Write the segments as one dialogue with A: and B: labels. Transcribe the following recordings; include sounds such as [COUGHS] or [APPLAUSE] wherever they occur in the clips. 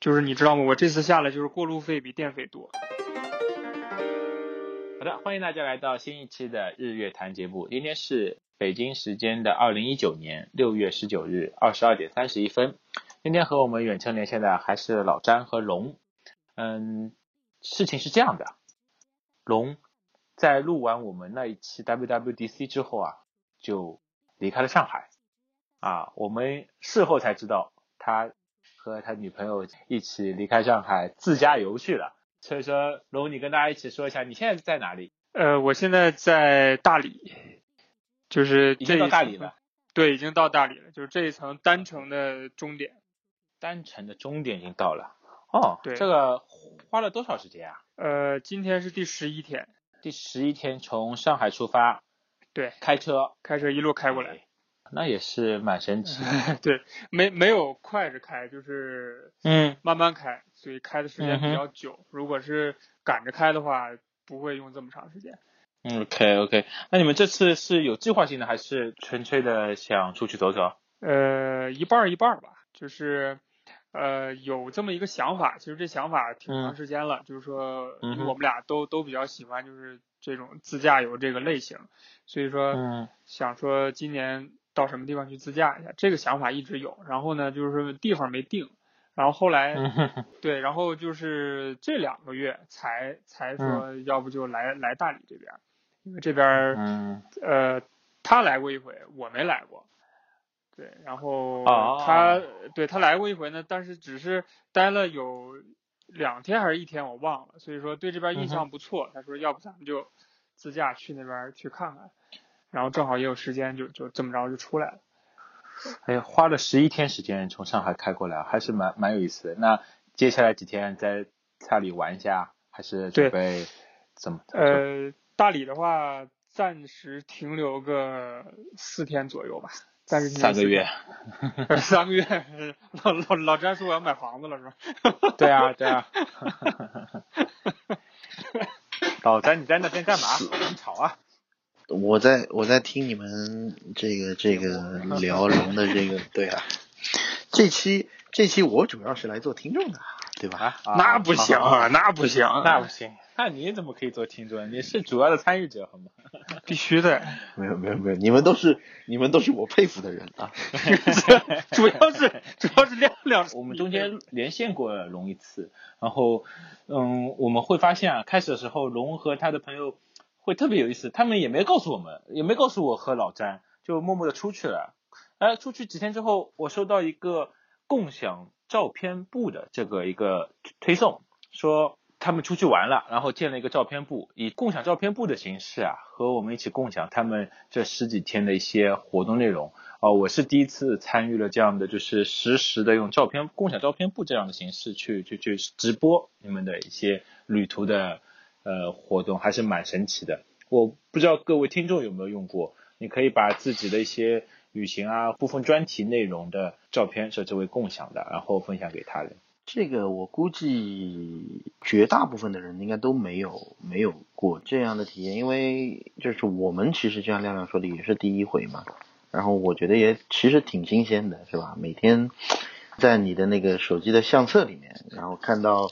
A: 就是你知道吗？我这次下来就是过路费比电费多。
B: 好的，欢迎大家来到新一期的日月谈节目。今天是北京时间的二零一九年六月十九日二十二点三十一分。今天和我们远程连线的还是老詹和龙。嗯，事情是这样的，龙在录完我们那一期 WWDC 之后啊，就离开了上海。啊，我们事后才知道，他和他女朋友一起离开上海自驾游去了。所以说，龙，你跟大家一起说一下，你现在在哪里？
A: 呃，我现在在大理，就是
B: 已
A: 这
B: 经
A: 一
B: 到大理
A: 层
B: 了，
A: 对，已经到大理了，就是这一层单程的终点。
B: 单程的终点已经到了。哦，
A: 对
B: 这个花了多少时间啊？
A: 呃，今天是第十一天，
B: 第十一天从上海出发，
A: 对，
B: 开车
A: 开车一路开过来，
B: 哎那也是蛮神奇的。
A: 对，没没有快着开，就是
B: [LAUGHS] 嗯，
A: 慢慢开，所以开的时间
B: 嗯哼
A: 比较久。如果是赶着开的话，不会用这么长时间。
B: OK OK，那你们这次是有计划性的，还是纯粹的想出去走走？
A: 呃，一半儿一半儿吧，就是呃有这么一个想法，其实这想法挺
B: 嗯
A: 长时间了，就是说因
B: 嗯
A: 为
B: 哼
A: 我们俩都都比较喜欢就是这种自驾游这个类型，所以说、
B: 嗯
A: 想说今年到什么地方去自驾一下，这个想法一直有。然后呢，就是地方没定，然后后来、
B: 嗯哼哼
A: 对，然后就是这两个月才
B: 嗯
A: 才说，要不就来、来大理这边儿，因为这边儿
B: 嗯，
A: 呃，他来过一回，我没来过。对，然后
B: 哦
A: 他、对他来过一回呢，但是只是待了有两天还是一天，我忘了。所以说对这
B: 嗯
A: 边印象不错，他说要不咱们就自驾去那边去看看，然后正好也有时间就，就这么着就出来了。
B: 哎，花了十一天时间从上海开过来，还是蛮蛮有意思的。那接下来几天在大理玩一下，还是准
A: 对
B: 备怎么？怎么做
A: 呃，大理的话，暂时停留个四天左右吧，暂时停留
B: 三个
A: 四 [LAUGHS]
B: 月。
A: 天，三个月。老老老詹说我要买房子了是吧？
B: [LAUGHS] 对啊，对 [LAUGHS] 啊。老詹，你在那边干嘛？很吵啊！
C: 我在我在听你们这个这个聊龙的这个，对啊，这期这期我主要是来做听众的，对吧？
B: 啊
A: 那不行，
B: 好好
A: 啊，那不行，
B: 那不行。那你怎么可以做听众？你是主要的参与者，好吗？
A: 必须的。
C: 没有没有没有，你们都是你们都是我佩服的人啊！
B: [LAUGHS]
A: 主要是主要是亮亮，
B: 我们中间连线过龙一次，然后，嗯，我们会发现啊，开始的时候龙和他的朋友会特别有意思，他们也没告诉我们，也没告诉我和老詹，就默默的出去了。哎，出去几天之后，我收到一个共享照片部的这个一个推送，说他们出去玩了，然后建了一个照片部，以共享照片部的形式啊，和我们一起共享他们这十几天的一些活动内容。哦，我是第一次参与了这样的，就是实时的用照片共享照片部这样的形式去去去直播你们的一些旅途的呃活动，还是蛮神奇的。我不知道各位听众有没有用过，你可以把自己的一些旅行啊部分专题内容的照片设置为共享的，然后分享给他人。
C: 这个我估计绝大部分的人应该都没有没有过这样的体验，因为就是我们其实就像亮亮说的也是第一回嘛，然后我觉得也其实挺新鲜的，是吧？每天在你的那个手机的相册里面，然后看到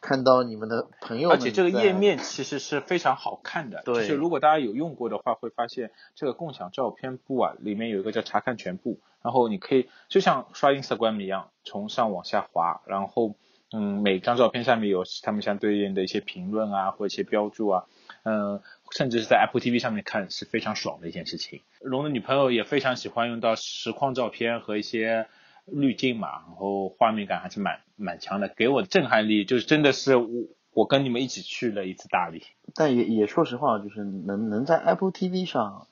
C: 看到你们的朋友
B: 而
C: 们，
B: 且这个页。面其实是非常好看的，
C: 对
B: 就是如果大家有用过的话，会发现这个共享照片部啊，里面有一个叫查看全部，然后你可以就像刷 Instagram 一样，从上往下滑，然后嗯，每张照片下面有他们相对应的一些评论啊，或者一些标注啊，嗯，甚至是在 Apple TV 上面看是非常爽的一件事情。龙的女朋友也非常喜欢用到实况照片和一些滤镜嘛，然后画面感还是蛮蛮强的，给我震撼力就是真的是我我跟你们一起去了一次大理，
C: 但也也说实话，就是能能在 Apple TV 上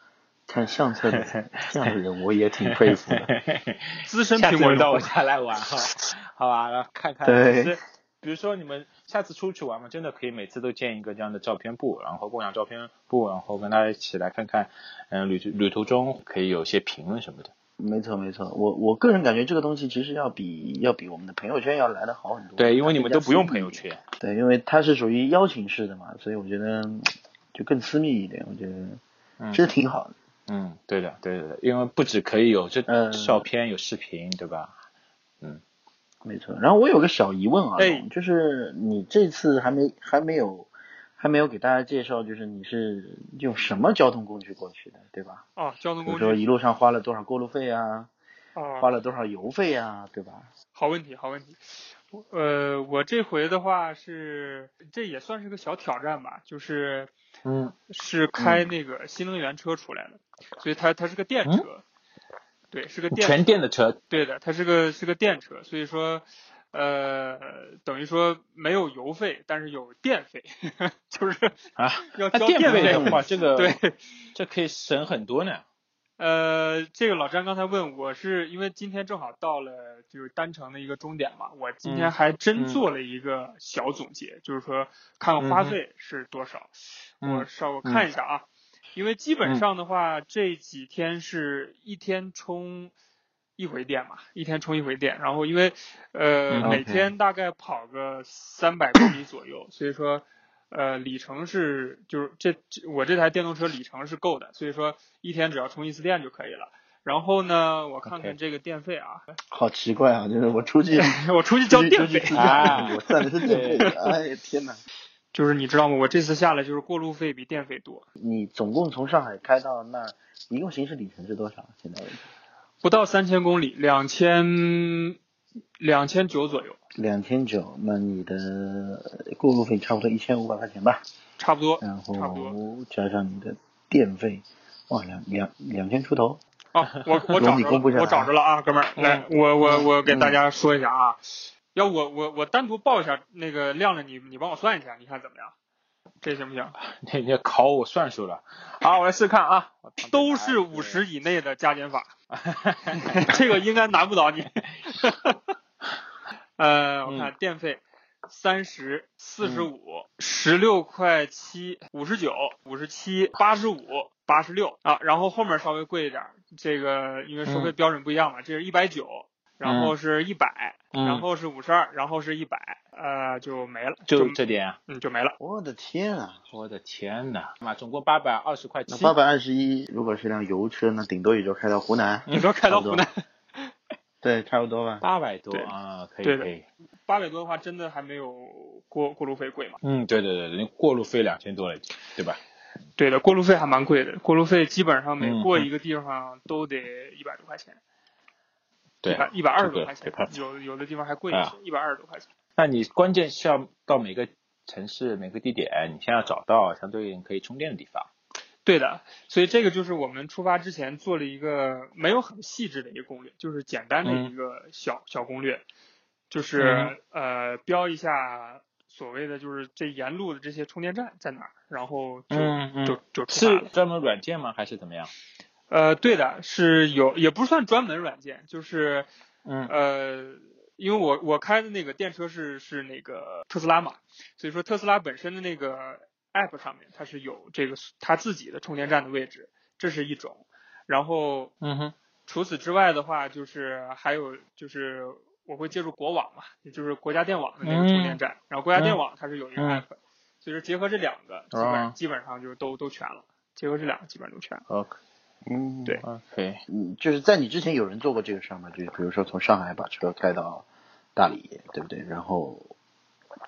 C: 看相
B: [LAUGHS]
C: 册的这样的人，我也挺佩服的。
A: [LAUGHS] 资深
B: 下
A: 苹
B: 次
A: 果用
B: 轮到
A: 户
B: 我家来玩哈，好吧，然后看看。
C: 对
B: 其实比如说你们下次出去玩嘛，真的可以每次都建一个这样的照片部，然后共享照片部，然后跟大家一起来看看，嗯，旅途旅途中可以有一些评论什么的。
C: 没错没错，我我个人感觉这个东西其实要比要比我们的朋友圈要来的好很多。
B: 对，因为你们都不用朋友圈。
C: 对，因为它是属于邀请式的嘛，所以我觉得嗯就更私密一点，我觉得
B: 嗯
C: 其实挺好的。
B: 嗯，对的，对的，对的因为不只可以有这
C: 嗯
B: 照片，有视频，对吧？
C: 没错。然后我有个小疑问啊，
A: 哎
C: 龙就是你这次还没还没有还没有给大家介绍，就是你是用什么交通工具过去的，对吧？
A: 哦，交通
C: 比如
A: 工
C: 说
A: 具
C: 一路上花了多少过路费啊，花
A: 哦，
C: 了多少油费啊，对吧？
A: 好问题，好问题。我呃，我这回的话是，这也算是个小挑战吧，就是
B: 嗯，
A: 是开那个新能源车出来的，所以它它是个电
B: 嗯
A: 车，对，是个电
B: 全
A: 车
B: 电的车，
A: 对的，它是个是个电车，所以说，呃，等于说没有油费，但是有电费， [LAUGHS] 就是
B: 啊，
A: 要
B: 那
A: 交
B: 电费
A: 费
B: 的话，这个
A: 对，
B: 这可以省很多呢。 [LAUGHS]
A: 呃，这个老詹刚才问我是因为今天正好到了就是丹城的一个终点嘛，我今天
B: 嗯
A: 还真
B: 嗯
A: 做了一个小总结，就是说看看花费是多少。我
B: 嗯
A: 稍我
B: 嗯
A: 看一下啊，因为基本
B: 嗯
A: 上的话、这几天是一天充一回电嘛，一天充一回电，然后因为呃、
B: 嗯
A: 每
C: OK
A: 天大概跑个三百公里左右，所以说。呃，里程是就是这这我这台电动车里程是够的，所以说一天只要充一次电就可以了。然后呢，我看
B: OK
A: 看这个电费啊， [LAUGHS]
C: 好奇怪啊，就是我出去
A: 我出去交
C: 出去
A: 电
C: 出去
A: 费，
C: 自
B: 啊
C: 驾我算的是
A: [LAUGHS]
C: 电费，哎呀天哪！
A: 就是你知道吗？我这次下来就是过路费比电费多，
C: 你总共从上海开到那儿，一共行驶里程是多少？现在为止
A: 不到三千公里，两千两千九左右，
C: 两千九，那你的过路费差不多一千五百块钱吧，
A: 差不多，
C: 然
A: 差不多。
C: 后加上你的电费，哇，两两两千出头。
A: 哦，我我
C: 容
A: 找
C: 你
A: 着
C: 公布
A: 了，
C: 下
A: 我
C: 来
A: 找着了啊，哥们儿，来，我我我给
C: 嗯
A: 大家说一下啊，要我我我单独报一下那个亮亮，你你帮我算一下，你看怎么样？这行不行？
B: 你你考我算术了，好，我来试看啊，我旁边
A: 都
B: 拿
A: 是
B: 一
A: 五
B: 个
A: 十以内的加减法， [LAUGHS] 这个应该难不倒你。 [LAUGHS] 呃，
B: 嗯
A: 我看电费三十四十五十六块七五十九五十七八十五八十六啊，然后后面稍微贵一点儿，这个因为收费
B: 嗯
A: 标准不一样嘛，这是一百九，然后是一百、
B: 嗯
A: 然后是五十二，然后是一百，呃，就没了，
B: 就这点啊，
A: 嗯就没了。
C: 我的天啊！
B: 我的天呐，妈，总共八百二十块
C: 那
B: 七，
C: 八百二十一，如果是辆油车，那顶多也就开到湖南。
B: 嗯
A: 你说开到湖南 [LAUGHS]
C: 对，差不多吧。
B: 八百多
A: 对
B: 啊，可以
A: 对的
B: 可以，
A: 八百多的话，真的还没有过过路费贵嘛？
B: 嗯，对对对，人家过路费两千多了已经，对吧？
A: 对的，过路费还蛮贵的，过路费基本上每
B: 嗯
A: 过
B: 嗯
A: 一个地方都得一百多块钱，
B: 对，
A: 一百二十
B: 这
A: 多
B: 个
A: 块
B: 没
A: 钱
B: 办，法
A: 有有的地方还贵一
B: 啊
A: 些，一百二十多块钱。
B: 那你关键是要到每个城市、每个地点，你先要找到相对应可以充电的地方。
A: 对的，所以这个就是我们出发之前做了一个没有很细致的一个攻略，就是简单的
B: 嗯
A: 一个小、小攻略，就是、呃标一下所谓的就是这沿路的这些充电站在哪儿，然后就、
B: 嗯
A: 就就出发
B: 是
A: 了。
B: 专门软件吗？还是怎么样？
A: 呃，对的，是有也不算专门软件，就是
B: 嗯
A: 呃，因为我我开的那个电车是是那个特斯拉嘛，所以说特斯拉本身的那个 app 上面它是有这个它自己的充电站的位置，这是一种。然后
B: 嗯哼，
A: 除此之外的话，就是还有就是我会借助国网嘛，也就是国家电网的那个充电站，然后国家电网它是有一个
B: 嗯
A: app，、所以说结合这两个，基本、
B: 啊
A: 基本上就都都全了。结合这两个基本上都全了。
B: OK
C: 嗯，
A: 对
B: OK，
C: 嗯，就是在你之前有人做过这个事儿吗？就是比如说从上海把车开到大理，对不对？然后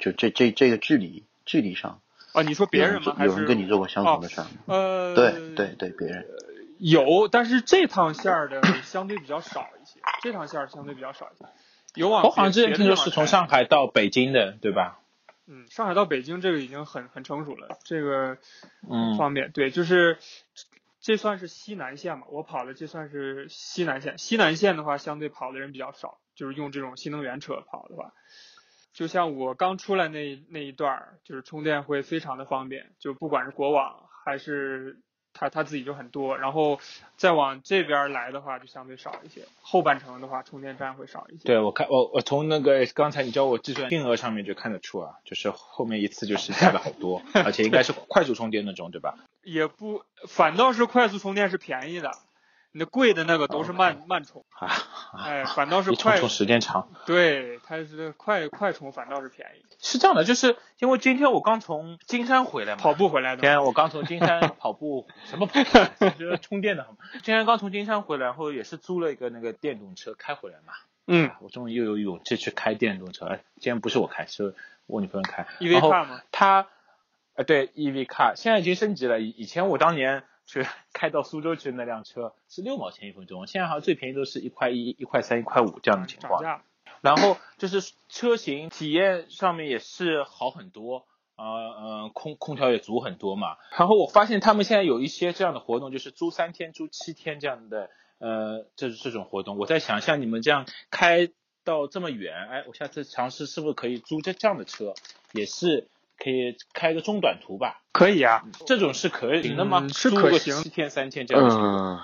C: 就这这这个距离距离上，
A: 哦，你说别人吗？
C: 有
A: 还
C: 人做有
A: 是哦
C: 人跟你做过相同的事儿吗？
A: 呃，
C: 对对对，别人。
A: 有，但是这趟线儿的 [COUGHS] 相对比较少一些，这趟线儿相对比较少一些。有往
B: 我好像
A: 别
B: 之前听说是从，
A: 别的地方开
B: 上海到北京的，对吧？
A: 嗯，上海到北京这个已经很很成熟了，这个
B: 嗯
A: 方面、对，就是这算是西南线嘛，我跑的这算是西南线，西南线的话相对跑的人比较少，就是用这种新能源车跑的话，就像我刚出来那那一段儿，就是充电会非常的方便，就不管是国网还是它它自己就很多，然后再往这边儿来的话就相对少一些，后半程的话充电站会少一些。
B: 对，我看我我从那个刚才你教我计算金额上面就看得出啊，就是后面一次就是加了好 [LAUGHS] 多，而且应该是快速充电那种，对 [LAUGHS] 吧？
A: 也不，反倒是快速充电是便宜的，你的贵的那个都是慢慢充，
B: 哦啊， [LAUGHS]
A: 哎，反倒是
B: 一充
A: 快
B: 充时间长。
A: 对，它是快快充反倒是便宜，
B: 是这样的，就是因为今天我刚从金山回来嘛，
A: 跑步回来的
B: 今
A: 嘛。
B: 天我刚从金山跑步，什么跑 [LAUGHS] 步？就是充电的好吗？今天刚从金山回来，然后也是租了一个那个电动车开回来嘛。
A: 嗯
B: 我终于又有勇气去开电动车。哎，今天不是我开，是我女朋友开。
A: ，EV
B: 然后
A: E car 嘛
B: 它，呃，对，EV car 现在已经升级了。以以前我当年去 [LAUGHS] 开到苏州去那辆车是六毛钱一分钟，现在好像最便宜都是一块一、一块三、一块五这样的情
A: 涨
B: 况。
A: 价了，
B: 然后就是车型体验上面也是好很多，呃呃，空空调也足很多嘛。然后我发现他们现在有一些这样的活动，就是租三天、租七天这样的，呃，这这种活动。我在想，像你们这样开到这么远，哎，我下次尝试是不是可以租这这样的车，也是可以开个中短途吧？
A: 可以啊，
B: 这种是可行的吗？
A: 嗯是
B: 租
A: 可
B: 个
A: 行
B: 七天、三
A: 呃
B: 天这样的。
C: 嗯，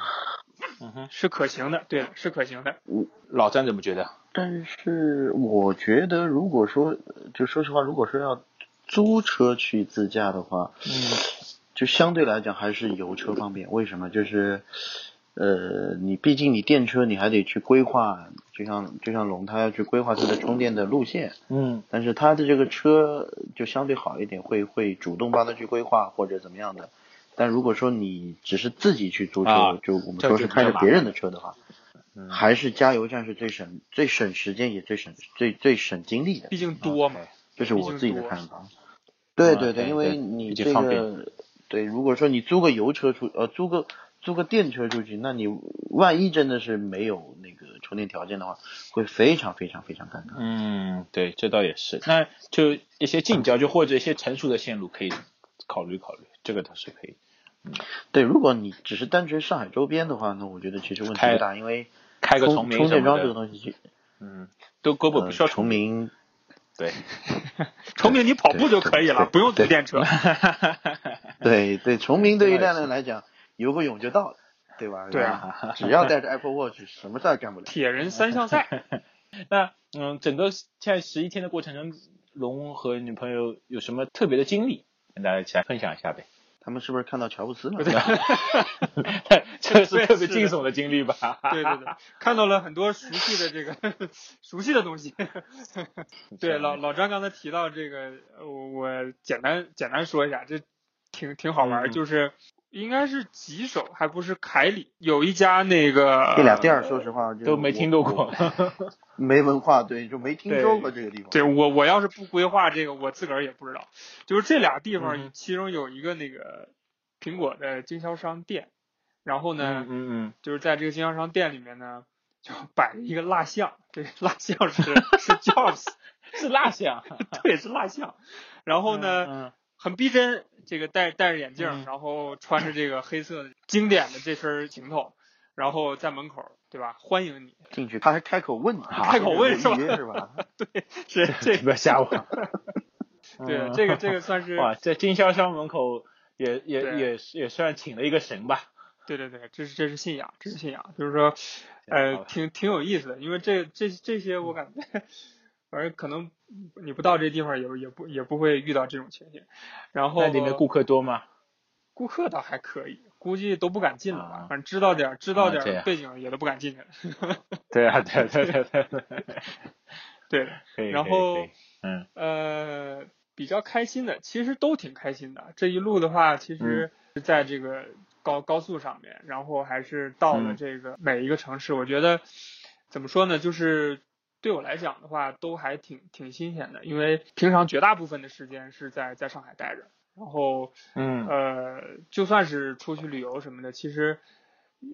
B: 嗯哼，
A: 是可行的，对的，是可行的。
B: 老詹怎么觉得？
C: 但是我觉得，如果说就说实话，如果说要租车去自驾的话，
B: 嗯
C: 就相对来讲还是油车方便。为什么？就是，呃，你毕竟你电车你还得去规划，就像就像龙他要去规划他的充电的路线，
B: 嗯
C: 但是他的这个车就相对好一点，会会主动帮他去规划或者怎么样的。但如果说你只是自己去租车，
B: 啊
C: 就我们
B: 这就
C: 说
B: 是比
C: 开
B: 较
C: 着
B: 麻
C: 别
B: 烦
C: 人的车的话，
B: 嗯
C: 还是加油站是最省、最省时间也最省、最最省精力的。
A: 毕竟多嘛，
C: 这是
A: 毕
C: 我
A: 竟
C: 自己的
A: 多
C: 看法。对
B: 嗯
C: 对对，
B: 对
C: 因为
B: 对
C: 你
B: 比较
C: 这
B: 方
C: 个，对，如果说你租个油车出，呃，租个租个电车出去，那你万一真的是没有那个充电条件的话，会非常非常非常尴尬。
B: 嗯，对，这倒也是。那就一些近郊，就或者一些成熟的线路，可以考虑考虑，这个倒是可以。
C: 对，如果你只是单纯上海周边的话，那我觉得其实问题
B: 开
C: 不大，因为
B: 开个
C: 充
B: 崇
C: 充
B: 明什
C: 电
B: 么
C: 桩这个
B: 的，
C: 东西其，
B: 嗯，都根本
C: 呃
B: 不需要
C: 崇
B: 明。
C: 明
B: 对，
A: 崇明你跑步就可以
C: 对
A: 了，
C: 对
A: 不用租
C: 对
A: 电车。
C: 对对，
B: [LAUGHS]
C: 崇明对于
B: 这倒也
C: 亮亮来讲，游个泳就到了，对吧？
A: 对
C: 啊，只要带着 Apple Watch，什么事儿干不了。
A: 铁人三项
B: [LAUGHS]
A: 赛，
B: 那嗯，整个现在十一天的过程中，龙和女朋友有什么特别的经历，跟大家一起来分享一下呗？ [LAUGHS]
C: 他们是不是看到乔布斯了？
B: 这个是特别惊悚的经历吧？
A: 对对对，看到了很多熟悉的这个熟悉的东西。对，老老张刚才提到这个，呃我我简单简单说一下，这挺挺好玩儿，
B: 嗯嗯
A: 就是应该是吉首，还不是凯里，有一家那个
C: [LAUGHS] 这俩店儿，说实话就
B: [LAUGHS] 都没听到过，
C: 没文化，对，就没听说过这个地方。
A: 对我，我要是不规划这个，我自个儿也不知道。就是这俩地方，
B: 嗯
A: 其中有一个那个苹果的经销商店，然后呢，
B: 嗯嗯
A: 就是在这个经销商店里面呢，就摆着一个蜡像，这个蜡像
B: [LAUGHS]
A: 是是 Jobs，
B: 嗯，是蜡像。
A: 对，是蜡像。然后呢，
B: 嗯，
A: 很逼真，这个戴戴着眼镜，
B: 嗯
A: 然后穿着这个黑色的经典的这身行头，然后在门口，对吧？欢迎你，
C: 进去他还开口问你，
B: 啊
A: 开口问是吧
C: 预约是吧？
A: 是这
B: 嗯 [LAUGHS] 不要吓我。
A: 对
B: 嗯
A: 这个这个算是
B: 哇，在经销商门口也也
A: 对
B: 也也算请了一个神吧。
A: 对对对，这是这是信仰，这是信仰，就是说，呃
B: 好， [LAUGHS] 嗯
A: 挺挺有意思的，因为这这这些我感觉，反正可能你不到这地方也也不也不会遇到这种情形。然后
B: 那里面顾客多吗？
A: 顾客倒还可以，估计都不敢进了吧，
B: 啊
A: 反正知道点儿知道
B: 啊
A: 点
B: 这
A: 儿
B: 样
A: 背景也都不敢进去了。
B: 对啊，对对对对 [LAUGHS] 对，
A: 对，
B: 可以
A: 然
B: 可以
A: 后
B: 可以嗯
A: 呃，比较开心的，其实都挺开心的。这一路的话，其实
B: 嗯
A: 是在这个高高速上面，然后还是到了
B: 嗯
A: 这个每一个城市，我觉得怎么说呢，就是对我来讲的话，都还挺挺新鲜的，因为平常绝大部分的时间是在在上海待着，然后
B: 嗯
A: 呃，就算是出去旅游什么的，其实。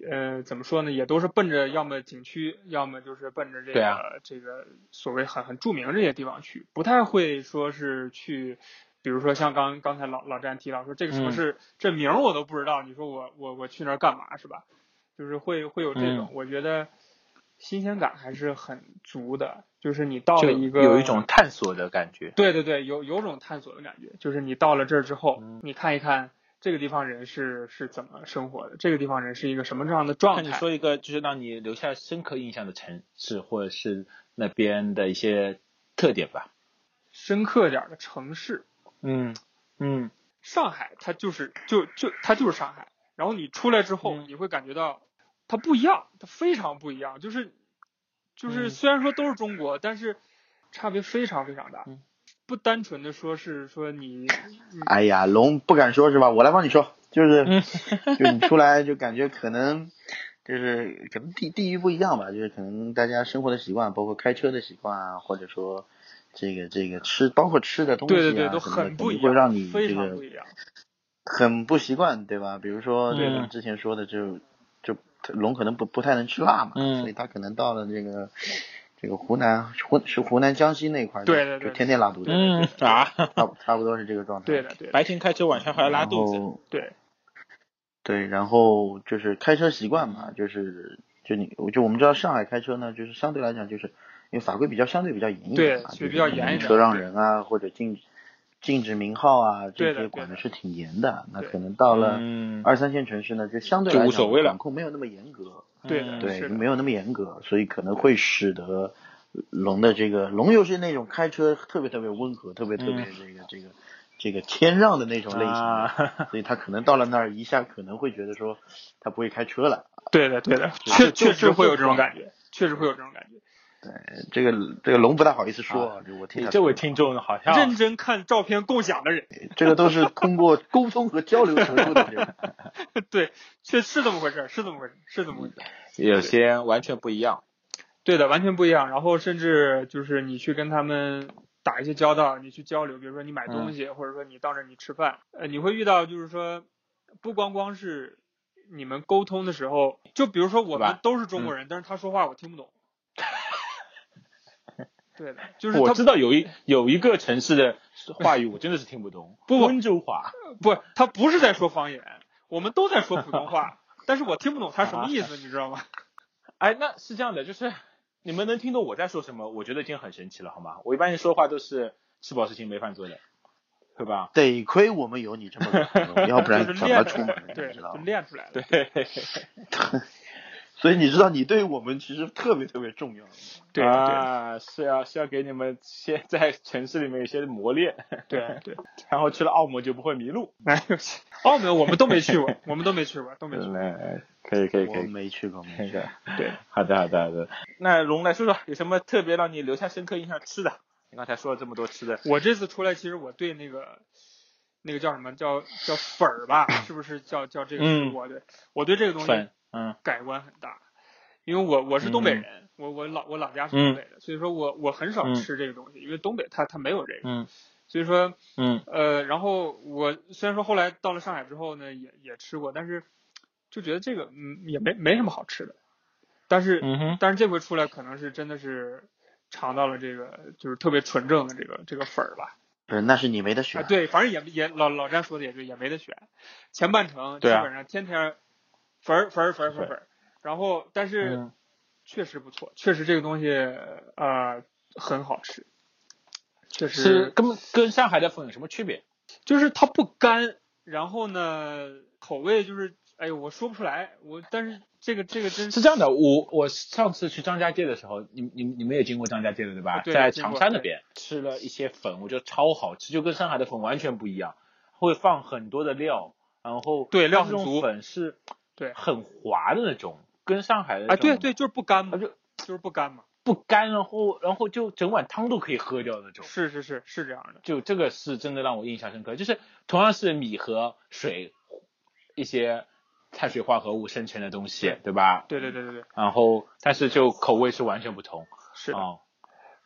A: 呃，怎么说呢？也都是奔着要么景区，要么就是奔着这
B: 对
A: 个、
B: 啊
A: 这个所谓很很著名这些地方去，不太会说是去，比如说像刚刚才老老詹提到说这个城
B: 嗯
A: 市、这名儿我都不知道，你说我我我去那儿干嘛是吧？就是会会有这种，
B: 嗯
A: 我觉得新鲜感还是很足的，就是你到
B: 就
A: 了一个
B: 有一种探索的感觉。
A: 对对对，有有种探索的感觉，就是你到了这儿之后，
C: 嗯
A: 你看一看这个地方人是是怎么生活的，这个地方人是一个什么样的状
B: 那你
A: 态。
B: 说一个就是让你留下深刻印象的城市，或者是那边的一些特点吧。
A: 深刻点儿的城市，
B: 嗯嗯
A: 上海它就是就就它就是上海，然后你出来之后，
B: 嗯
A: 你会感觉到它不一样，它非常不一样，就是就是
B: 嗯
A: 虽然说都是中国，但是差别非常非常大
B: 嗯，
A: 不单纯的说是说你
C: 哎呀，龙不敢说是吧？我来帮你说，就是
B: 嗯，
C: 就你出来就感觉可能就是可能地地域不一样吧，就是可能大家生活的习惯，包括开车的习惯啊，或者说这个这个吃，包括吃的东西啊
A: 对对对，都
C: 什么的
A: 很不
C: 肯
A: 一
C: 定
A: 样，
C: 会让你
A: 非
C: 这
A: 常
C: 个
A: 不一样。嗯
C: 很不习惯，对吧？比如说
B: 对
C: 我们之前说的就，就龙可能不不太能吃辣嘛，
B: 嗯
C: 所以他可能到了这个这个湖南湖是湖南江西那一块儿就，
A: 对对对
C: 就天天拉肚子，
B: 嗯啊，
C: 差不差不多是这个状态。
A: 对的，对的，
B: 白天开车，晚上还要拉肚子
C: 然。后
A: 对，
C: 对，然后就是开车习惯嘛，就是就你就我们知道上海开车呢，就是相对来讲就是因为法规比较相对比较严一点
A: 对
C: 嘛，
A: 是
C: 就是
A: 比较
C: 可
A: 严
C: 能
A: 一点
C: 车让
A: 对
C: 人啊或者禁禁止鸣号啊
A: 对的
C: 这些
A: 对
C: 管的
A: 的
C: 是挺严的，那
A: 对
C: 可能到了。
B: 嗯，
C: 二三线城市呢，就相对
B: 就
C: 来
B: 无
C: 讲
B: 所谓了
C: 管控没有那么严格，
A: 对的
B: 嗯
C: 对，
A: 是
C: 没有那么严格，所以可能会使得龙的这个龙又是那种开车特别特别温和、特别特别这个、这个这个谦让的那种类型，
B: 啊，
C: 所以他可能到了那儿一下可能会觉得说他不会开车了，
A: 对的，对的，
C: 就
A: 确
C: 就
A: 确实
C: 就
A: 会有
C: 就
A: 这种感觉，确实会有这种感觉。
C: 这个这个龙不大好意思说，啊、就我替
B: 你
C: 他
B: 这位
C: 说
B: 听众好
A: 认
B: 像
A: 真看照片共享的人， [LAUGHS]
C: 这个都是通过沟通和交流得出的这个。
A: 对，确是这么回事，是这么回事，是这么回事。
B: 有些完全不一样。
A: 对的，完全不一样。然后甚至就是你去跟他们打一些交道，你去交流，比如说你买
C: 嗯
A: 东西，或者说你到那儿你吃饭，呃，你会遇到就是说，不光光是你们沟通的时候，就比如说我
B: 是
A: 们
B: 吧
A: 都是中
C: 嗯
A: 国人，但是他说话我听不
C: [LAUGHS]
A: 懂。对的，就是
B: 我
A: 他
B: 知道有一有一个城市的话语我真的是听不懂，
A: 不
B: 温州话。
A: 不，他不是在说方言，我们都在说普通
B: [LAUGHS]
A: 话，但是我听不懂他什么意思，
B: 啊
A: 你知道吗？
B: 哎，那是这样的，就是你们能听懂我在说什么，我觉得已经很神奇了，好吗？我一般说话都是吃饱是情没饭做的，对吧？
C: 得亏我们有你这么个朋友，要不
A: 就
C: 然
A: 是
C: 怎
A: 练
C: 么
A: 出
C: 出
A: 来
C: 门
A: 的，
C: 你
A: 对，
C: 知道
A: 就
C: 吗？
A: 练出来的。
B: 对，
C: 所以你知道，你对我们其实特别特别重要。
A: 对对
B: 啊，是要是要给你们先在城市里面有些磨练，
A: 对对，
B: 然后去了澳门就不会迷路。
A: 哎呦，澳门我们都没去过，我们都没去过，都没去过。
B: 嗯，可以可以可
C: 我
B: 以，
C: 没去过，没去过。
A: 对，
B: 好的好的好的。那龙来说说有什么特别让你留下深刻印象吃的？你刚才说了这么多吃的，
A: 我这次出来，其实我对那个那个叫什么叫叫粉儿吧，是不是叫叫这个
B: 嗯
A: 是我对我对这个东西
B: 粉，嗯
A: 改观很大，因为我我是东北人，我我老我老家是东北的，所以说我我很少
B: 嗯
A: 吃这个东西，因为东北它它没有这个，
B: 嗯
A: 所以说
B: 嗯
A: 呃，然后我虽然说后来到了上海之后呢，也也吃过，但是就觉得这个嗯也没没什么好吃的，但是
B: 嗯哼，
A: 但是这回出来可能是真的是尝到了这个就是特别纯正的这个这个粉儿吧。
C: 不是，那是你没得选。
A: 啊，对，反正也也老老詹说的也对，也没得选。前半程基
B: 对啊
A: 本上天天粉儿粉儿粉儿粉儿粉儿，然后但是
B: 嗯
A: 确实不错，确实这个东西呃很好吃，确
B: 是
A: 实
B: 跟跟上海的粉有什么区别？
A: 就是它不干，然后呢口味就是哎呦我说不出来，我但是这个这个真
B: 是这样的，我我上次去张家界的时候，你你你们也经过张家界的对吧？
A: 啊对
B: 在
A: 经过
B: 长沙那边吃了一些粉，我觉得超好吃，就跟上海的粉完全不一样，会放很多的料，然后
A: 对料
B: 这
A: 很
B: 种
A: 足
B: 粉是
A: 对
B: 很滑的那种，跟上海的那
A: 啊
B: 种
A: 对对就是不干嘛，
B: 啊就
A: 就是不干嘛，
B: 不干，然后然后就整碗汤都可以喝掉的那种。
A: 是是是是这样的，
B: 就这个是真的让我印象深刻，就是同样是米和水一些碳水化合物生成的东西，对吧？
A: 对对对对对
B: 然后但是就口味是完全不同
A: 是的。
B: 哦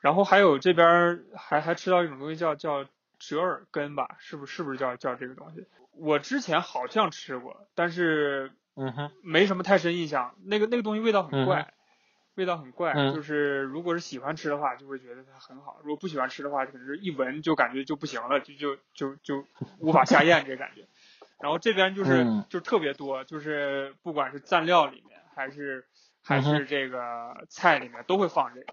A: 然后还有这边儿还还吃到一种东西叫叫折耳根吧，是不是不是叫叫这个东西？我之前好像吃过，但是
B: 嗯哼，
A: 没什么太深印象。那个那个东西味道很怪，味道很怪，
B: 嗯
A: 就是如果是喜欢吃的话，就会觉得它很好；如果不喜欢吃的话，可能是一闻就感觉就不行了，就就就就无法下咽这感觉。然后这边就是、
B: 嗯
A: 就特别多，就是不管是蘸料里面还是还
B: 嗯
A: 是这个菜里面都会放这个。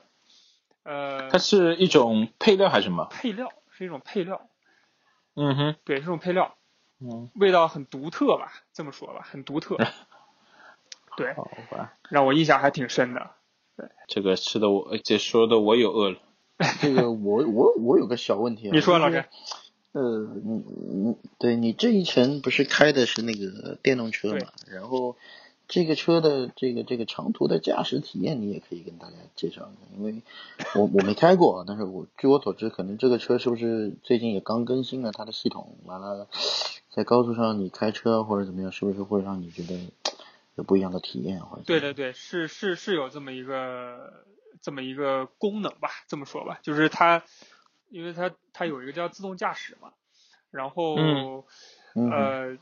A: 呃，
B: 它是一种配料还是什么？
A: 配料，是一种配料，
B: 嗯哼，
A: 对，是一种配料，
B: 嗯，
A: 味道很独特吧，这么说吧，很独
B: [LAUGHS]
A: 特，对，
B: 好吧，
A: 让我印象还挺深的。
B: 这个吃的我，这说的我也饿了。
C: 这个我我我有个小问题啊。
A: 你说，老
C: 詹
A: 詹。，
C: 呃，你你对你这一程不是开的是那个电动车嘛？然后这个车的这个这个长途的驾驶体验，你也可以跟大家介绍一下，因为我我没开过，啊但是我据我所知，可能这个车是不是最近也刚更新了它的啊系统？完了，在高速上你开车或者怎么样，是不是会让你觉得？个不一样的体验，或者
A: 对对对，是是是有这么一个这么一个功能吧，这么说吧，就是它，因为它它有一个叫自动驾驶嘛，然后、
B: 嗯
C: 嗯
A: 呃，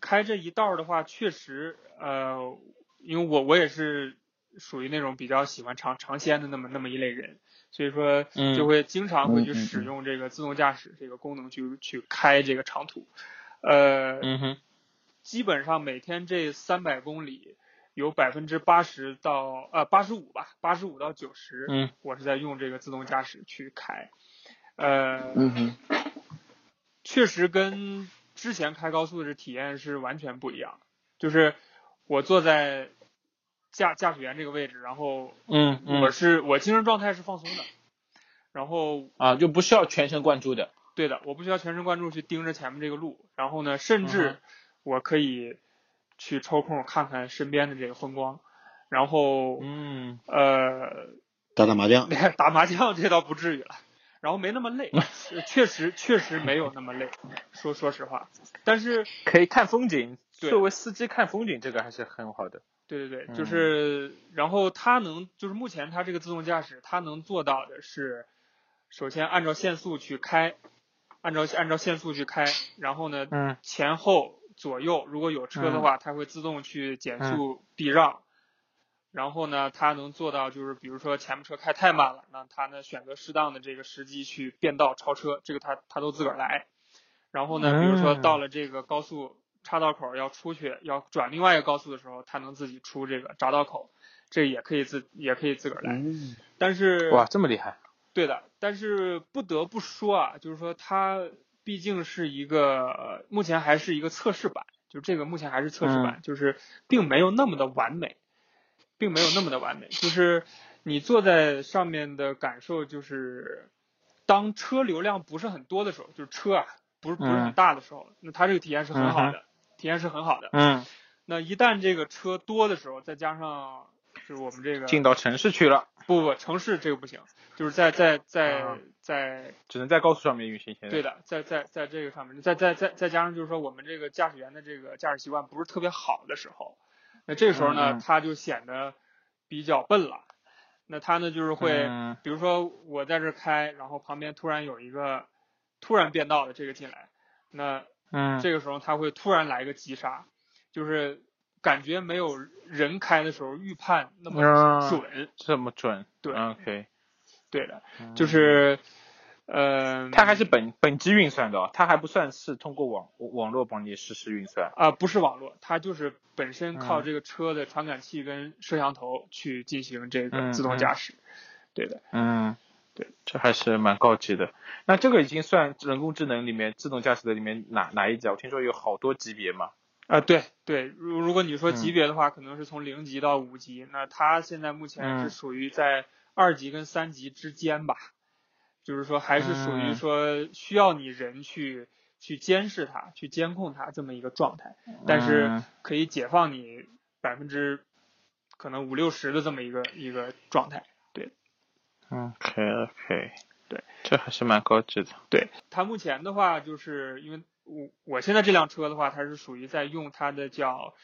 A: 开这一道儿的话，确实呃，因为我我也是属于那种比较喜欢尝尝鲜的那么那么一类人，所以说
B: 嗯
A: 就会经常会去
C: 嗯嗯
A: 使
C: 嗯
A: 用这个自动驾驶这个功能去去开这个长途，呃，
B: 嗯哼，
A: 基本上每天这三百公里有百分之八十到呃八十五吧，八十五到九十，
B: 嗯，
A: 我是在用这个自动驾驶去开，呃，
C: 嗯哼，
A: 确实跟之前开高速的体验是完全不一样。就是我坐在驾驾驶员这个位置，然后
B: 嗯
A: 我
B: 嗯
A: 是、我精神状态是放松的，然后
B: 啊，就不需要全神贯注的，
A: 对的，我不需要全神贯注去盯着前面这个路，然后呢，甚
B: 嗯
A: 至
B: 哼
A: 我可以去抽空看看身边的这个风光，然后
B: 嗯
A: 呃
C: 打打麻将，
A: 打麻将这倒不至于了，然后没那么
B: [LAUGHS]
A: 累，确实确实没有那么累，说说实话，但是。
B: 可以看风景。
A: 对
B: 作为司机看风景，这个还是很好的。
A: 对对对，
B: 嗯
A: 就是，然后它能，就是目前它这个自动驾驶，它能做到的是，首先按照限速去开，按照按照限速去开，然后呢，
B: 嗯
A: 前后左右如果有车的话，它会自动去减
B: 嗯
A: 速避让，然后呢，它能做到就是，比如说前面车开太慢了，那它呢选择适当的这个时机去变道超车，这个它它都自个儿来，然后呢，比如说
B: 嗯
A: 到了这个高速岔道口要出去，要转另外一个高速的时候，它能自己出这个匝道口，这也可以自也可以自个儿来。
C: 嗯，
A: 但是
B: 哇，这么厉害！
A: 对的，但是不得不说啊，就是说它毕竟是一个、呃目前还是一个测试版，就这个目前还是测试
B: 嗯
A: 版，就是并没有那么的完美，并没有那么的完美。就是你坐在上面的感受就是，当车流量不是很多的时候，就是车啊不是不是很
B: 嗯
A: 大的时候，那它这个体验是很好
B: 嗯
A: 的，体验是很好的。
B: 嗯，
A: 那一旦这个车多的时候，再加上就是我们这个
B: 进到城市去了，
A: 不不，城市这个不行，就是在在在
B: 啊
A: 在，
B: 只能在高速上面运行。现在
A: 对的，在在在这个上面，再再再再加上就是说我们这个驾驶员的这个驾驶习惯不是特别好的时候，那这个时候
B: 嗯
A: 呢
B: 嗯，
A: 他就显得比较笨了。那他呢就是会，
B: 嗯
A: 比如说我在这儿开，然后旁边突然有一个突然变道的这个进来，那
B: 嗯，
A: 这个时候他会突然来个急刹，就是感觉没有人开的时候预判那么
B: 啊
A: 准。
B: 这么准。
A: 对
B: ，OK，
A: 对的，
B: 嗯
A: 就是，呃，
B: 它还是本本机运算的哦，它还不算是通过网网络帮你实时运算。
A: 啊、不是网络，它就是本身靠
B: 嗯
A: 这个车的传感器跟摄像头去进行这个
B: 嗯
A: 自动驾驶。对的，
B: 嗯，
A: 对，
B: 这还是蛮高级的。那这个已经算人工智能里面自动驾驶的里面哪哪一级啊？我听说有好多级别嘛。
A: 啊、对对，如如果你说
B: 嗯
A: 级别的话，可能是从零级到五级，那它现在目前是
B: 嗯
A: 属于在二级跟三级之间吧，就是说还是属于
B: 嗯
A: 说需要你人去。去监视它，去监控它这么一个状态，但是
B: 嗯
A: 可以解放你百分之可能五六十的这么一个一个状态。
B: OK OK，
A: 对，
B: 这还是蛮高级的。
A: 对，它目前的话，就是因为我我现在这辆车的话，它是属于在用它的叫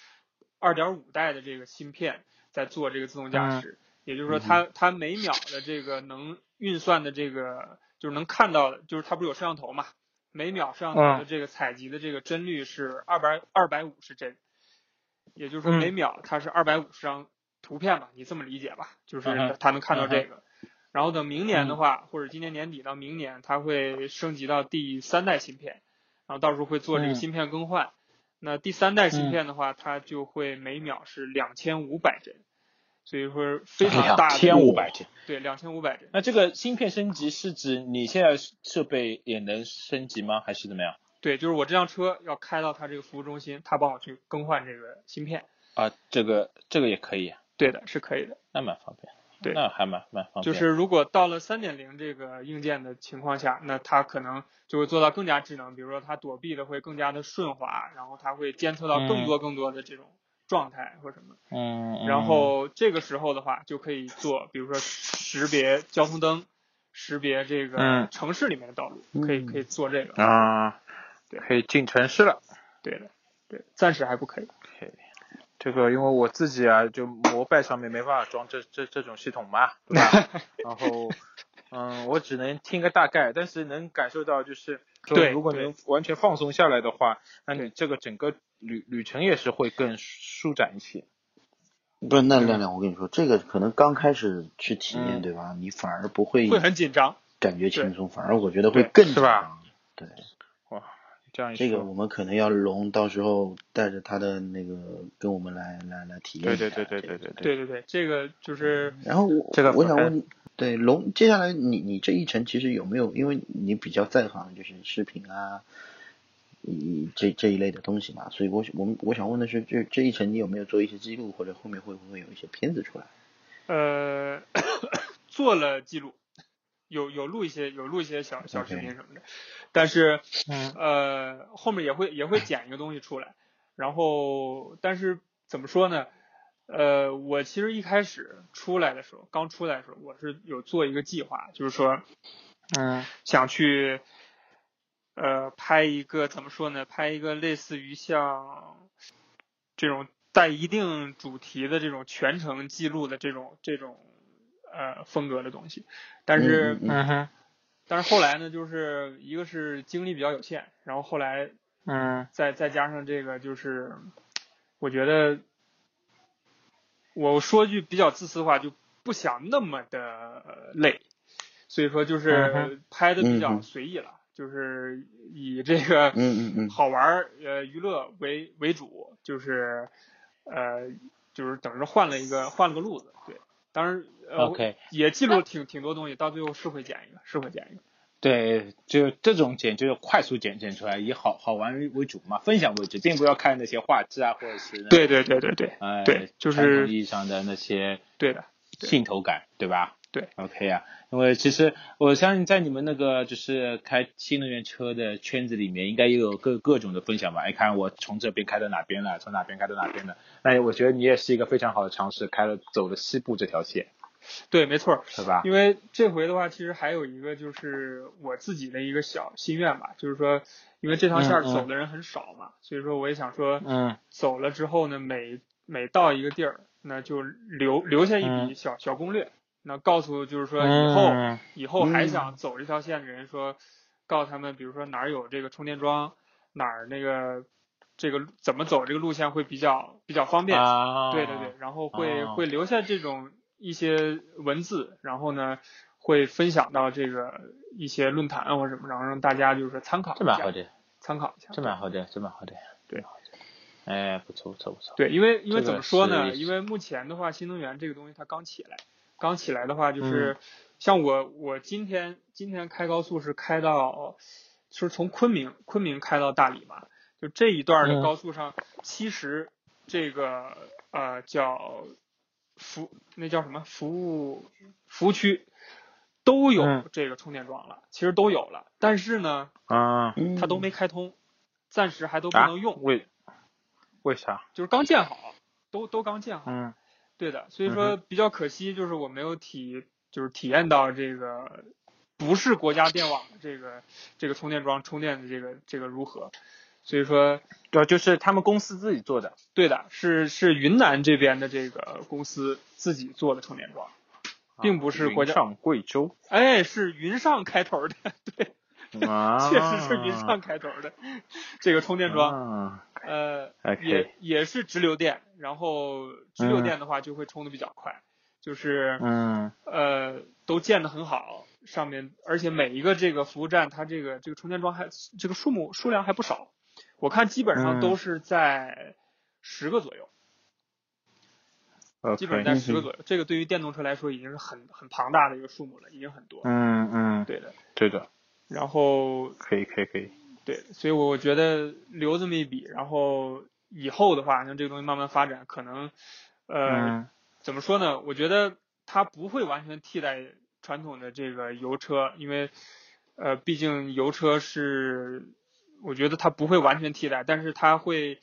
A: 二点五代的这个芯片在做这个自动驾
B: 嗯
A: 驶，也就是说它，它每秒的这个能运算的这个就是能看到的，就是它不是有摄像头嘛，每秒摄像头的
B: 嗯
A: 这个采集的这个帧率是二百二百五十帧，也就是说
B: 嗯
A: 每秒它是二百五十张图片吧，你这么理解吧，就是
B: 嗯哼
A: 它能看到
B: 嗯哼
A: 这个。然后等明年
B: 嗯
A: 的话，或者今年年底到明年，它会升级到第三代芯片，然后到时候会做这个
B: 嗯
A: 芯片更换。那第三代芯片的话，它就会每秒是两千五百帧，所以说非常大的
B: 哎千五百件。
A: 对两千五百帧。
B: 那这个芯片升级是指你现在设备也能升级吗？还是怎么样？
A: 对，就是我这辆车要开到它这个服务中心，它帮我去更换这个芯片。
B: 啊，这个这个也可以，
A: 对的，是可以的。
B: 那蛮方便。
A: 对
B: 那还蛮蛮方便。
A: 就是如果到了三点零这个硬件的情况下，那它可能就会做到更加智能，比如说它躲避的会更加的顺滑，然后它会监测到更多更多的这种状态或什么。
B: 嗯，嗯
A: 然后这个时候的话，就可以做，比如说识别交通灯，识别这个
B: 嗯
A: 城市里面的道路，可以可以做这个。
B: 啊，
A: 对
B: 可以进城市了。
A: 对的，对，暂时还不可以。
B: OK，这个因为我自己啊，就摩拜上面没办法装这这这种系统嘛，对吧？ [LAUGHS] 然后，嗯，我只能听个大概，但是能感受到就是说，
A: 对
B: 如果能完全放松下来的话，那你这个整个旅旅程也是会更舒展一些。
C: 不是，那亮亮，我跟你说，这个可能刚开始去体验，
B: 啊嗯
C: 对吧？你反而不会
A: 会很紧张。
C: 感觉轻
A: 对
C: 松，反而我觉得
B: 对
C: 会更
B: 是吧
C: 紧张？对，
B: 这样一
C: 这个
B: 说，
C: 我们可能要龙到时候带着他的那个跟我们来来来体验
B: 对
C: 一下
B: 对对对
C: 这
B: 对
C: 个
B: 对对。
A: 对对对，这个就是
C: 然后我
B: 这个
C: 我
B: 分
C: 想
B: 开
C: 问你，对龙，接下来你你这一程其实有没有？因为你比较在行，就是视频啊，以这这一类的东西嘛，所以我我们我想问的是，这这一程你有没有做一些记录，或者后面会不会有一些片子出来？
A: 呃 [COUGHS] 做了记录，有有录一些有录一些小小视
C: OK
A: 频什么的，但是
B: 嗯
A: 呃后面也会也会剪一个东西出来，然后但是怎么说呢？呃，我其实一开始出来的时候，刚出来的时候，我是有做一个计划，就是说
B: 嗯
A: 想去呃拍一个怎么说呢？拍一个类似于像这种带一定主题的这种全程记录的这种这种呃风格的东西，但是、
C: 嗯嗯
B: 嗯哼
A: 但是后来呢，就是一个是精力比较有限，然后后来
B: 嗯
A: 再再加上这个，就是我觉得我说句比较自私的话，就不想那么的呃累，所以说就
B: 嗯
A: 是拍的比
C: 嗯
A: 较
C: 哼
A: 随意了，就是以这个
C: 嗯嗯嗯
A: 好玩儿呃娱乐为为主，就是呃就是等于是换了一个换了个路子，对，当然呃
B: ，OK，
A: 也记
C: 哎
A: 录挺挺多东西，到最后是会剪一个，是会剪一个，
B: 对，就这种剪就是快速剪剪出来，以好好玩为为主嘛，分享为主，并不要看那些画质啊，或者是那
A: 对对对对
C: 啊
A: 对，
B: 呃
A: 对就是
B: 传统意义上的那些
A: 对的，对
B: 镜头感，对吧？
A: 对
B: ，OK 啊，因为其实我相信在你们那个就是开新能源车的圈子里面，应该也有各各种的分享吧？哎，看我从这边开到哪边了，从哪边开到哪边了。那我觉得你也是一个非常好的尝试，开了走了西部这条线，
A: 对，没错儿。
B: 是吧？
A: 因为这回的话，其实还有一个就是我自己的一个小心愿吧，就是说，因为这条线儿
B: 嗯嗯
A: 走的人很少嘛，所以说我也想说，
B: 嗯
A: 走了之后呢，每每到一个地儿，那就留留下一笔
B: 嗯
A: 小、小攻略，那告诉就是说以后、
B: 嗯
A: 以后还想走这条线的人说，告诉他们，比如说哪儿有这个充电桩，哪儿那个这个怎么走这个路线会比较比较方便，
B: 啊，
A: 对对对，，然后会、
B: 哦
A: 会留下这种一些文字，然后呢会分享到这个一些论坛啊或者什么，然后让大家就是参考
B: 这
A: 一
B: 蛮好
A: 下，
B: 的，
A: 参考一下。
B: 这蛮好的，这蛮好的，
A: 对
B: 蛮好的，哎，不错不错不错，
A: 对，因为因为
B: 这
A: 怎
B: 个
A: 么说呢？
B: 是
A: 因为目前的话，新能源这个东西它刚起来，刚起来的话
B: 嗯
A: 就是，像我我今天今天开高速是开到，就是从昆明昆明开到大理嘛，就这一段
B: 嗯
A: 的高速上，其实这个呃叫服那叫什么服务服务区。都有
B: 嗯
A: 这个充电桩了，其实都有了，但是呢，
B: 啊，
C: 嗯，
A: 它都没开通，暂时还都不
B: 啊
A: 能用，
B: 为为啥？
A: 就是刚建好，都都刚建好，
B: 嗯
A: 对的，所以说比较可惜，就是我没有体，就是体验到这个不是国家电网的这个这个充电桩充电的这个这个如何。所以说，
B: 对，呃就是他们公司自己做的。
A: 对的，是是云南这边的这个公司自己做的充电桩，并不是国家
B: 云啊上贵
A: [LAUGHS]
B: 州
A: 哎，是云上开头的，对，
B: 啊
A: 确实是云上开头的这个充电桩，
B: 桩。
A: 呃，
B: 啊 OK
A: 也也是直流电，然后直流
B: 嗯
A: 电的话就会充的比较快，就是
B: 嗯
A: 呃，都建得很好，上面而且每一个这个服务站，它这个这个充电桩还这个数目数量还不少，我看基本上
B: 嗯
A: 都是在十个左右，
B: ，OK，
A: 基本上在十个左右。这个对于电动车来说已经是很很庞大的一个数目了，已经很多。
B: 嗯嗯，
A: 对的。
B: 对的，
A: 然后
B: 可以可以可以。
A: 对，所以我觉得留这么一笔，然后以后的话，像这个东西慢慢发展，可能呃、
B: 嗯
A: 怎么说呢？我觉得它不会完全替代传统的这个油车，因为呃，毕竟油车是，我觉得它不会完全替代，但是它会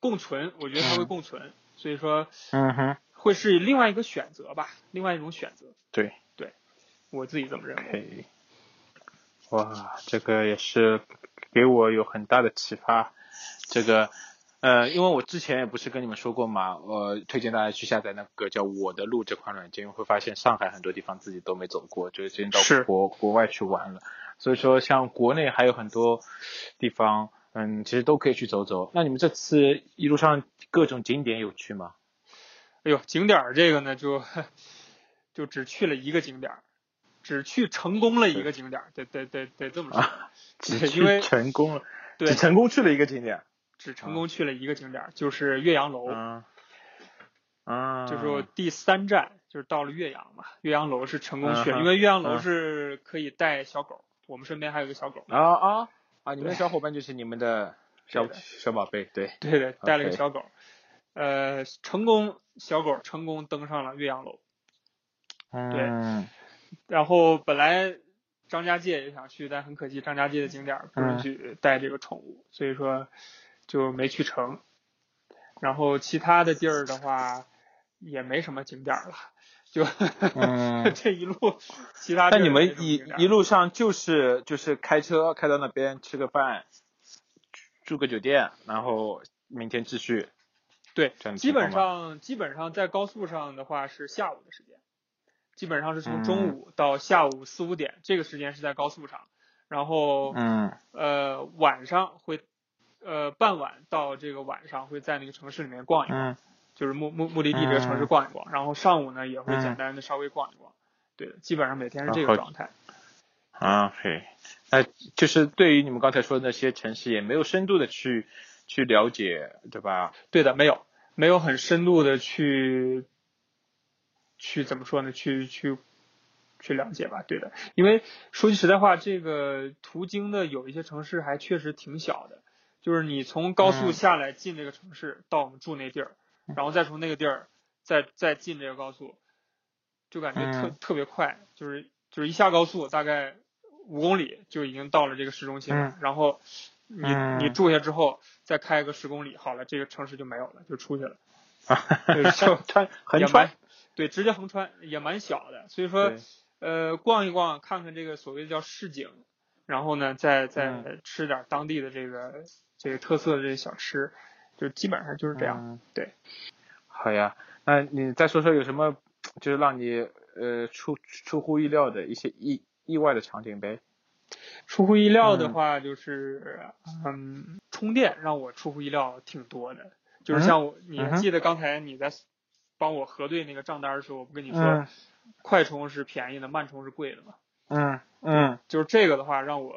A: 共存，我觉得它会
B: 嗯
A: 共存，所以说
B: 嗯哼，
A: 会是另外一个选择吧，另外一种选择，
B: 对，
A: 我自己这么认
B: 可
A: 为。
B: 以。哇，这个也是给我有很大的启发。这个，呃，因为我之前也不是跟你们说过嘛，呃，推荐大家去下载那个叫《我的路》这款软件，会发现上海很多地方自己都没走过，就是先到
A: 是
B: 国国外去玩了。所以说，像国内还有很多地方，嗯，其实都可以去走走。那你们这次一路上各种景点有去吗？
A: 哎呦，景点儿这个呢，就 [LAUGHS] 就只去了一个景点儿，只去成功了一个景点儿，得得得得这么说，
B: 只
A: [LAUGHS] 因为
B: 去成功了，
A: 对
B: [LAUGHS] 只，成功去了一个景点。
A: 只成功去了一个景点儿，就是岳阳楼，
B: 嗯，啊，
A: 就是我第三站，就是到了岳阳嘛。岳阳楼是成功去
B: 嗯
A: 了，
B: 哼
A: 因为岳阳楼
B: 嗯
A: 是可以带小狗，我们身边还有一个小狗，
B: 啊啊啊！你们
A: 对
B: 的小伙伴就是你们的小
A: 对的
B: 小宝贝，对，
A: 对的，带了个
B: OK
A: 小狗。呃，成功小狗成功登上了岳阳楼，
B: 嗯，
A: 然后本来张家界也想去，但很可惜张家界的景点儿不
B: 嗯
A: 允许带这个宠物，所以说就没去成。然后其他的地儿的话也没什么景点儿了，就 [LAUGHS]
B: 嗯
A: 这一路其他地
B: 那
A: 儿
B: 你
A: 也没什
B: 们
A: 么
B: 一
A: 景点儿
B: 一路上就是就是开车开到那边吃个饭，住个酒店，然后明天继续。
A: 对
B: 这样的
A: 基
B: 情况
A: 本
B: 吗
A: 上基本上在高速上的话是下午的时间，基本上是从
B: 嗯
A: 中午到下午四五点、这个时间是在高速上，然后
B: 嗯
A: 呃晚上会呃傍晚到这个晚上会在那个城市里面逛一逛，
B: 嗯
A: 就是目目目的地这个城市
B: 嗯
A: 逛一逛，然后上午呢也会简
B: 嗯
A: 单的稍微逛一逛，对的，基本上每天是这
B: 然
A: 个
B: 后
A: 状态。
B: 啊，OK，那就是对于你们刚才说的那些城市也没有深度的去去了解，对吧？ [LAUGHS]
A: 对的，没有没有很深度的去去怎么说呢？去去去了解吧。对的，因为说句实在话，这个途经的有一些城市还确实挺小的，就是你从高速
B: 嗯
A: 下来进这个城市，到我们住那地儿，然后再从那个地儿再再进这个高速，就感觉特、
B: 嗯
A: 特别快，就是就是一下高速大概五公里就已经到了这个市中心了，然后你、你
B: 嗯
A: 住下之后再开个十公里，好了，这个城市就没有了，就出去了，
B: 啊，
A: 就
B: 穿横
A: 也
B: 穿
A: 蛮，对，直接横穿也蛮小的，所以说
B: 对
A: 呃逛一逛，看看这个所谓的叫市井，然后呢再
B: 嗯
A: 再吃点当地的这个这个特色的这些小吃，就基本上就是这样。
B: 嗯
A: 对。
B: 好呀，那你再说说有什么就是让你呃出出乎意料的一些意意外的场景呗？
A: 出乎意料的
B: 嗯
A: 话，就是嗯，充电让我出乎意料挺多的，就是
B: 嗯
A: 像我，你
B: 嗯
A: 还
B: 哼
A: 记得刚才你在帮我核对那个账单的时候，我不跟你说
B: 嗯
A: 快充是便宜的，慢充是贵的吗？
B: 嗯嗯
A: 就是这个的话，让我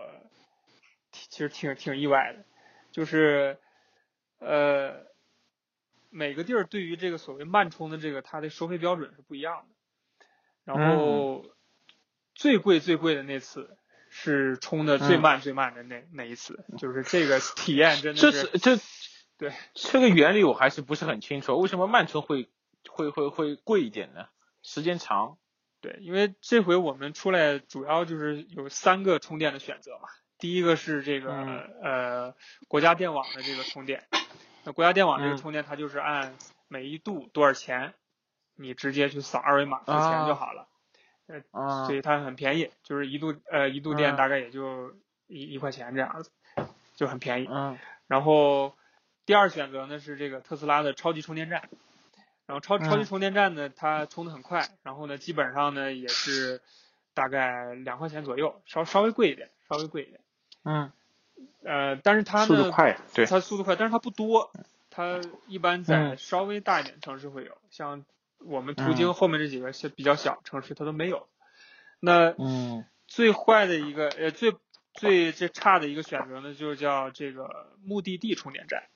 A: 其其实挺挺意外的，就是呃，每个地儿对于这个所谓慢充的这个它的收费标准是不一样的。然后
B: 嗯
A: 最贵最贵的那次是充的最
B: 嗯
A: 慢最慢的那、那一次，就是这个体验真的
B: 这
A: 是
B: 是这
A: 对
B: 这个原理我还是不是很清楚，为什么慢充会会会会贵一点呢？时间长，
A: 对，因为这回我们出来主要就是有三个充电的选择嘛。第一个是这个、
B: 嗯
A: 呃国家电网的这个充电，那国家电网这个
B: 嗯
A: 充电它就是按每一度多少钱，你直接去扫二维码付钱就
B: 啊
A: 好了，
B: 啊
A: 所以它很便宜，就是一度呃一度电
B: 嗯
A: 大概也就一、一块钱这样子，就很便宜。
B: 嗯
A: 然后第二选择呢是这个特斯拉的超级充电站，然后超
B: 嗯
A: 超级充电站呢，它充的很快，然后呢基本上呢也是大概两块钱左右，稍稍微贵一点，稍微贵一点。
B: 嗯，
A: 呃，但是它
C: 速度
A: 呢，
C: 快，对，
A: 它速度快，但是它不多，它一般在
B: 嗯
A: 稍微大一点城市会有，像我们途经
B: 嗯
A: 后面这几个小比较小城市它都没有。那
B: 嗯
A: 最坏的一个呃最最这差的一个选择呢，就叫这个目的地充电站，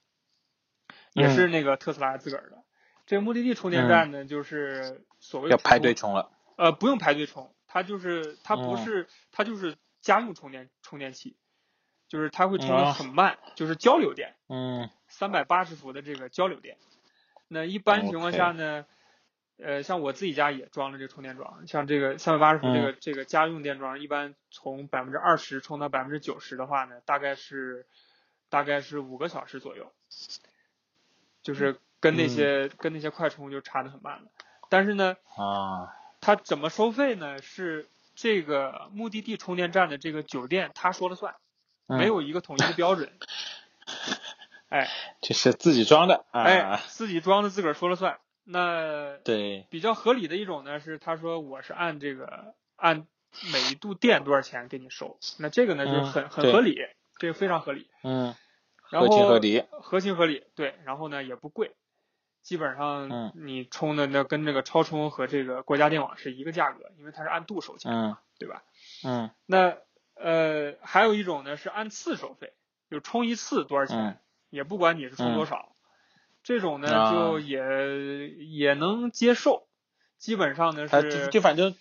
A: 也是那个特斯拉自个儿的。这个目的地充电站呢，就是所谓
B: 要排
A: 普
B: 队充了，
A: 呃，不用排队充，它就是它不
B: 嗯
A: 是、它就是家用充电充电器，就是它会充
B: 啊
A: 的很慢，就是交流电，
B: 嗯
A: 三百八十伏的这个交流电。那一般情况下呢呃，像我自己家也装了这个充电桩，像这个三百八十伏这个、这个家用电桩，一般从百分之二十充到百分之九十的话呢，大概是大概是五个小时左右，就是跟那些、跟那些快充就差的很慢了。但是呢，
B: 啊
A: 它怎么收费呢？是这个目的地充电站的这个酒店他说了算，
B: 嗯
A: 没有一个统一的标准。哎
B: 就是自己装的啊。
A: 哎，自己装的自个儿说了算。那
B: 对，
A: 比较合理的一种呢是，他说我是按这个按每一度电多少钱给你收，那这个呢就是
B: 嗯
A: 很、很
B: 对
A: 合理，这个非常合理。
B: 嗯，
A: 然
B: 合情
A: 后
B: 合理。
A: 合情合理，对，然后呢也不贵，基本上
B: 嗯
A: 你充的那跟这个超充和这个国家电网是一个价格，因为它是按度收钱，
B: 嗯
A: 对吧？
B: 嗯
A: 那呃还有一种呢是按次收费，就充一次多少钱，
B: 嗯
A: 也不管你是充多
B: 嗯
A: 少，这种呢、
B: 啊
A: 就也也能接受，基本上呢
B: 他
A: 是
B: 就就反正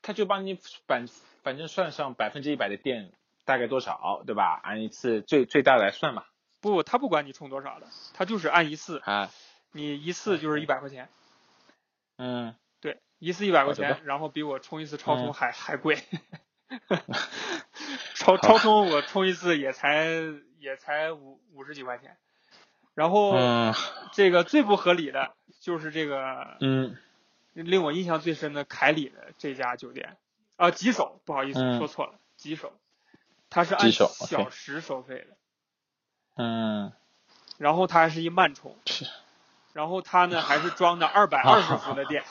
B: 他就帮你反反正算上百分之一百的电大概多少，对吧？按一次最最大来算嘛。
A: 不他不管你充多少的，他就是按一次，
B: 啊，
A: 你一次就是一百块钱，
B: 嗯，
A: 对，一次一百块
B: 好的
A: 钱，然后比我充一次超充
B: 嗯
A: 还、还
B: [LAUGHS]
A: 贵。超超充我充一次也才也才五五十几块钱，然后
B: 嗯
A: 这个最不合理的就是这个
B: 嗯
A: 令我印象最深的凯里的这家酒店啊，吉首，不好意思、
B: 嗯
A: 说错了，吉首，它是按
B: 吉首，OK
A: 小时收费的，
B: [LAUGHS] 嗯，
A: 然后它还是一慢充，
B: 是
A: 然后它呢还是装的二百二十伏的电，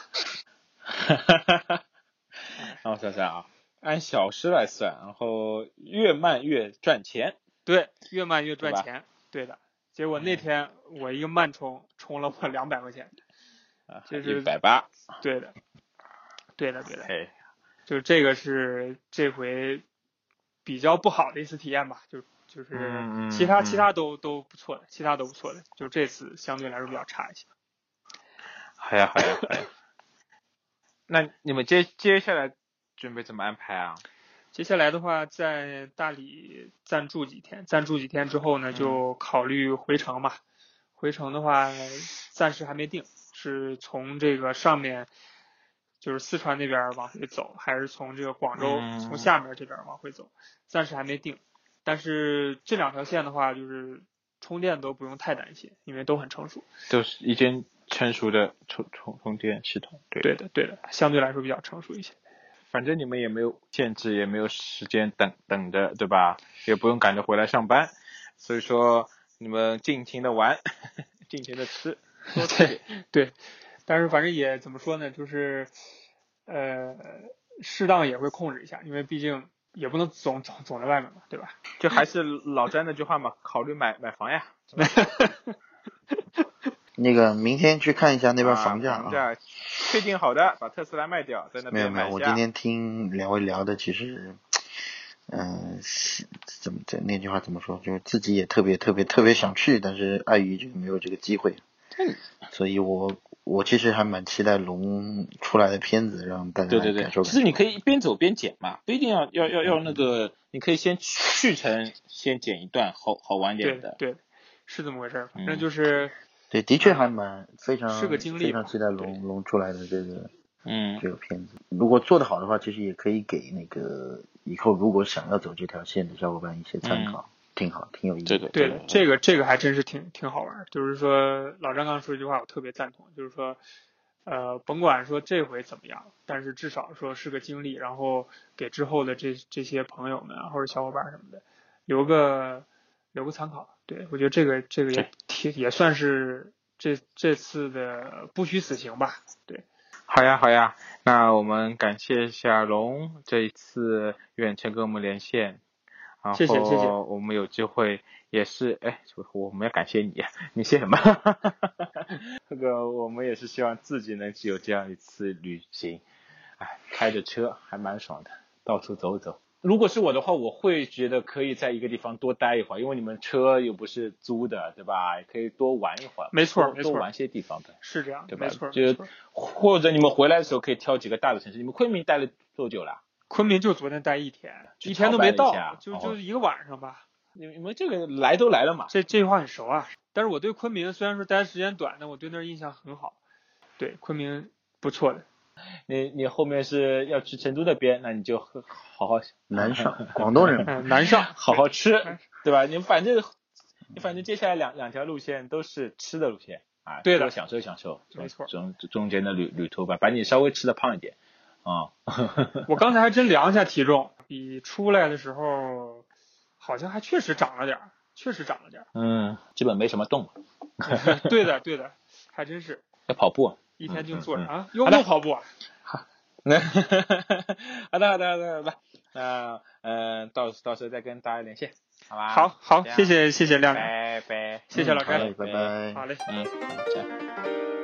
B: [LAUGHS] 哈哈哈哈。让我想想啊，按小时来算，然后越慢越赚钱。
A: 对，越慢越赚
B: 对吧
A: 钱，对的。结果那天我一个慢充充了我两百块钱，
B: 啊，
A: 这
B: 一
A: 是
B: 百八，
A: 对的，对的，对的，
B: 嘿，
A: 就是这个是这回比较不好的一次体验吧，就就是
B: 嗯嗯
A: 其他、
B: 嗯
A: 其他都都不错的，其他都不错的，就这次相对来说比较差一些。
B: 好呀好呀好呀。那你们接接下来准备怎么安排啊？
A: 接下来的话，在大理暂住几天，暂住几天之后呢，
B: 嗯
A: 就考虑回程嘛。回程的话，暂时还没定，是从这个上面，就是四川那边往回走，还是从这个广州、
B: 嗯
A: 从下面这边往回走，暂时还没定。但是这两条线的话，就是充电都不用太担心，因为都很成熟。
B: 都是已经成熟的充充充电系统，对
A: 对的，对的，相对来说比较成熟一些。
B: 反正你们也没有限制，也没有时间等等着，对吧？也不用赶着回来上班，所以说你们尽情的玩， [LAUGHS] 尽情的吃，多吃点。
A: 对，但是反正也怎么说呢，就是呃，适当也会控制一下，因为毕竟也不能总总总在外面嘛，对吧？
B: 就还是老詹那句话嘛，考虑买买房呀，
C: 那个明天去看一下那边房价
B: 啊房价确定好的，把特斯拉卖掉，在那
C: 没有
B: 边
C: 没有，
B: 买
C: 我
B: 一
C: 今
B: 下。
C: 天听两位聊的，其实，嗯、是怎么怎那句话怎么说？就是自己也特别特别特别想去，但是碍于这个没有这个机会，所以我我其实还蛮期待龙出来的片子，让大家
B: 对对
C: 来
B: 对
C: 感，受感受。
B: 其实你可以边走边剪嘛，不一定要要要要那个，你可以先去程先剪一段，好好玩
A: 对
B: 点的。
A: 对，是这么回事儿。反正
B: 嗯
A: 就是
C: 对，的确还蛮非常
A: 是个经历
C: 非常
A: 吧
C: 期待
A: 对
C: 龙龙出来的这个
B: 嗯
C: 这个片子。如果做得好的话，其实也可以给那个以后如果想要走这条线的小伙伴一些参考，挺好，挺有意
B: 对
C: 义
B: 的
C: 的。
A: 对的，嗯这个这个还真是挺挺好玩儿。就是说，老张刚说一句话，我特别赞同，就是说，呃，甭管说这回怎么样，但是至少说是个经历，然后给之后的这这些朋友们啊或者小伙伴儿什么的留个留个参考。对我觉得这个这个也
B: 对
A: 挺也算是这这次的不虚此行吧。对，
B: 好呀，好呀，那我们感谢一下龙这一次远程跟我们连线，然后
A: 谢谢谢谢
B: 我们有机会也是，哎，我们要感谢你， [LAUGHS] 你谢什么？这个我们也是希望自己能有这样一次旅行，哎，开着车还蛮爽的，到处走走。如果是我的话，我会觉得可以在一个地方多待一会儿，因为你们车又不是租的，对吧？也可以多玩一会儿，
A: 没错
B: 多
A: 没错
B: 多玩些地方的。
A: 是这样，
B: 对吧？
A: 没错儿。
B: 就
A: 没
B: 是
A: 错儿
B: 或者你们回来的时候可以挑几个大的城市。你们昆明待了多久了？
A: 昆明就昨天待一天，
B: 去
A: 一天都
B: 朝
A: 没
B: 拜了一
A: 到
B: 下，
A: 就
B: 哦
A: 就一个晚上吧。
B: 你你们这个来都来了嘛？
A: 这这句话很熟啊。但是我对昆明虽然说待的时间短，但我对那儿印象很好。对，昆明不错的。
B: 你你后面是要去成都那边，那你就好好
C: 南上，广东人嘛，
A: [LAUGHS] 嗯，南上
B: 好好吃，对吧？你反正你反正接下来两两条路线都是吃的路线啊，
A: 对的
B: 多享受享受，
A: 没错
B: 中中中间的旅旅途吧，把你稍微吃的胖一点啊。
A: 我刚才还真量一下体重，比出来的时候好像还确实长了点儿，确实涨了点儿。
B: 嗯，基本没什么动，
A: [LAUGHS] 对的，对的，还真是
B: 要
A: [LAUGHS]
B: 跑步。
A: 一天就
B: 嗯
A: 坐着
B: 嗯
A: 啊，用
B: 好的
A: 不跑步啊？
B: 那好的，好的，好的，好的。那嗯，到到时候再跟大家联系，好吧？
A: 好，好，
B: 啊这样
A: 谢谢谢谢亮亮，
B: 拜拜，
A: 谢谢老
B: 嗯好
A: 甘
B: 嘞
C: 拜拜。
A: 好嘞。
B: 嗯，再见。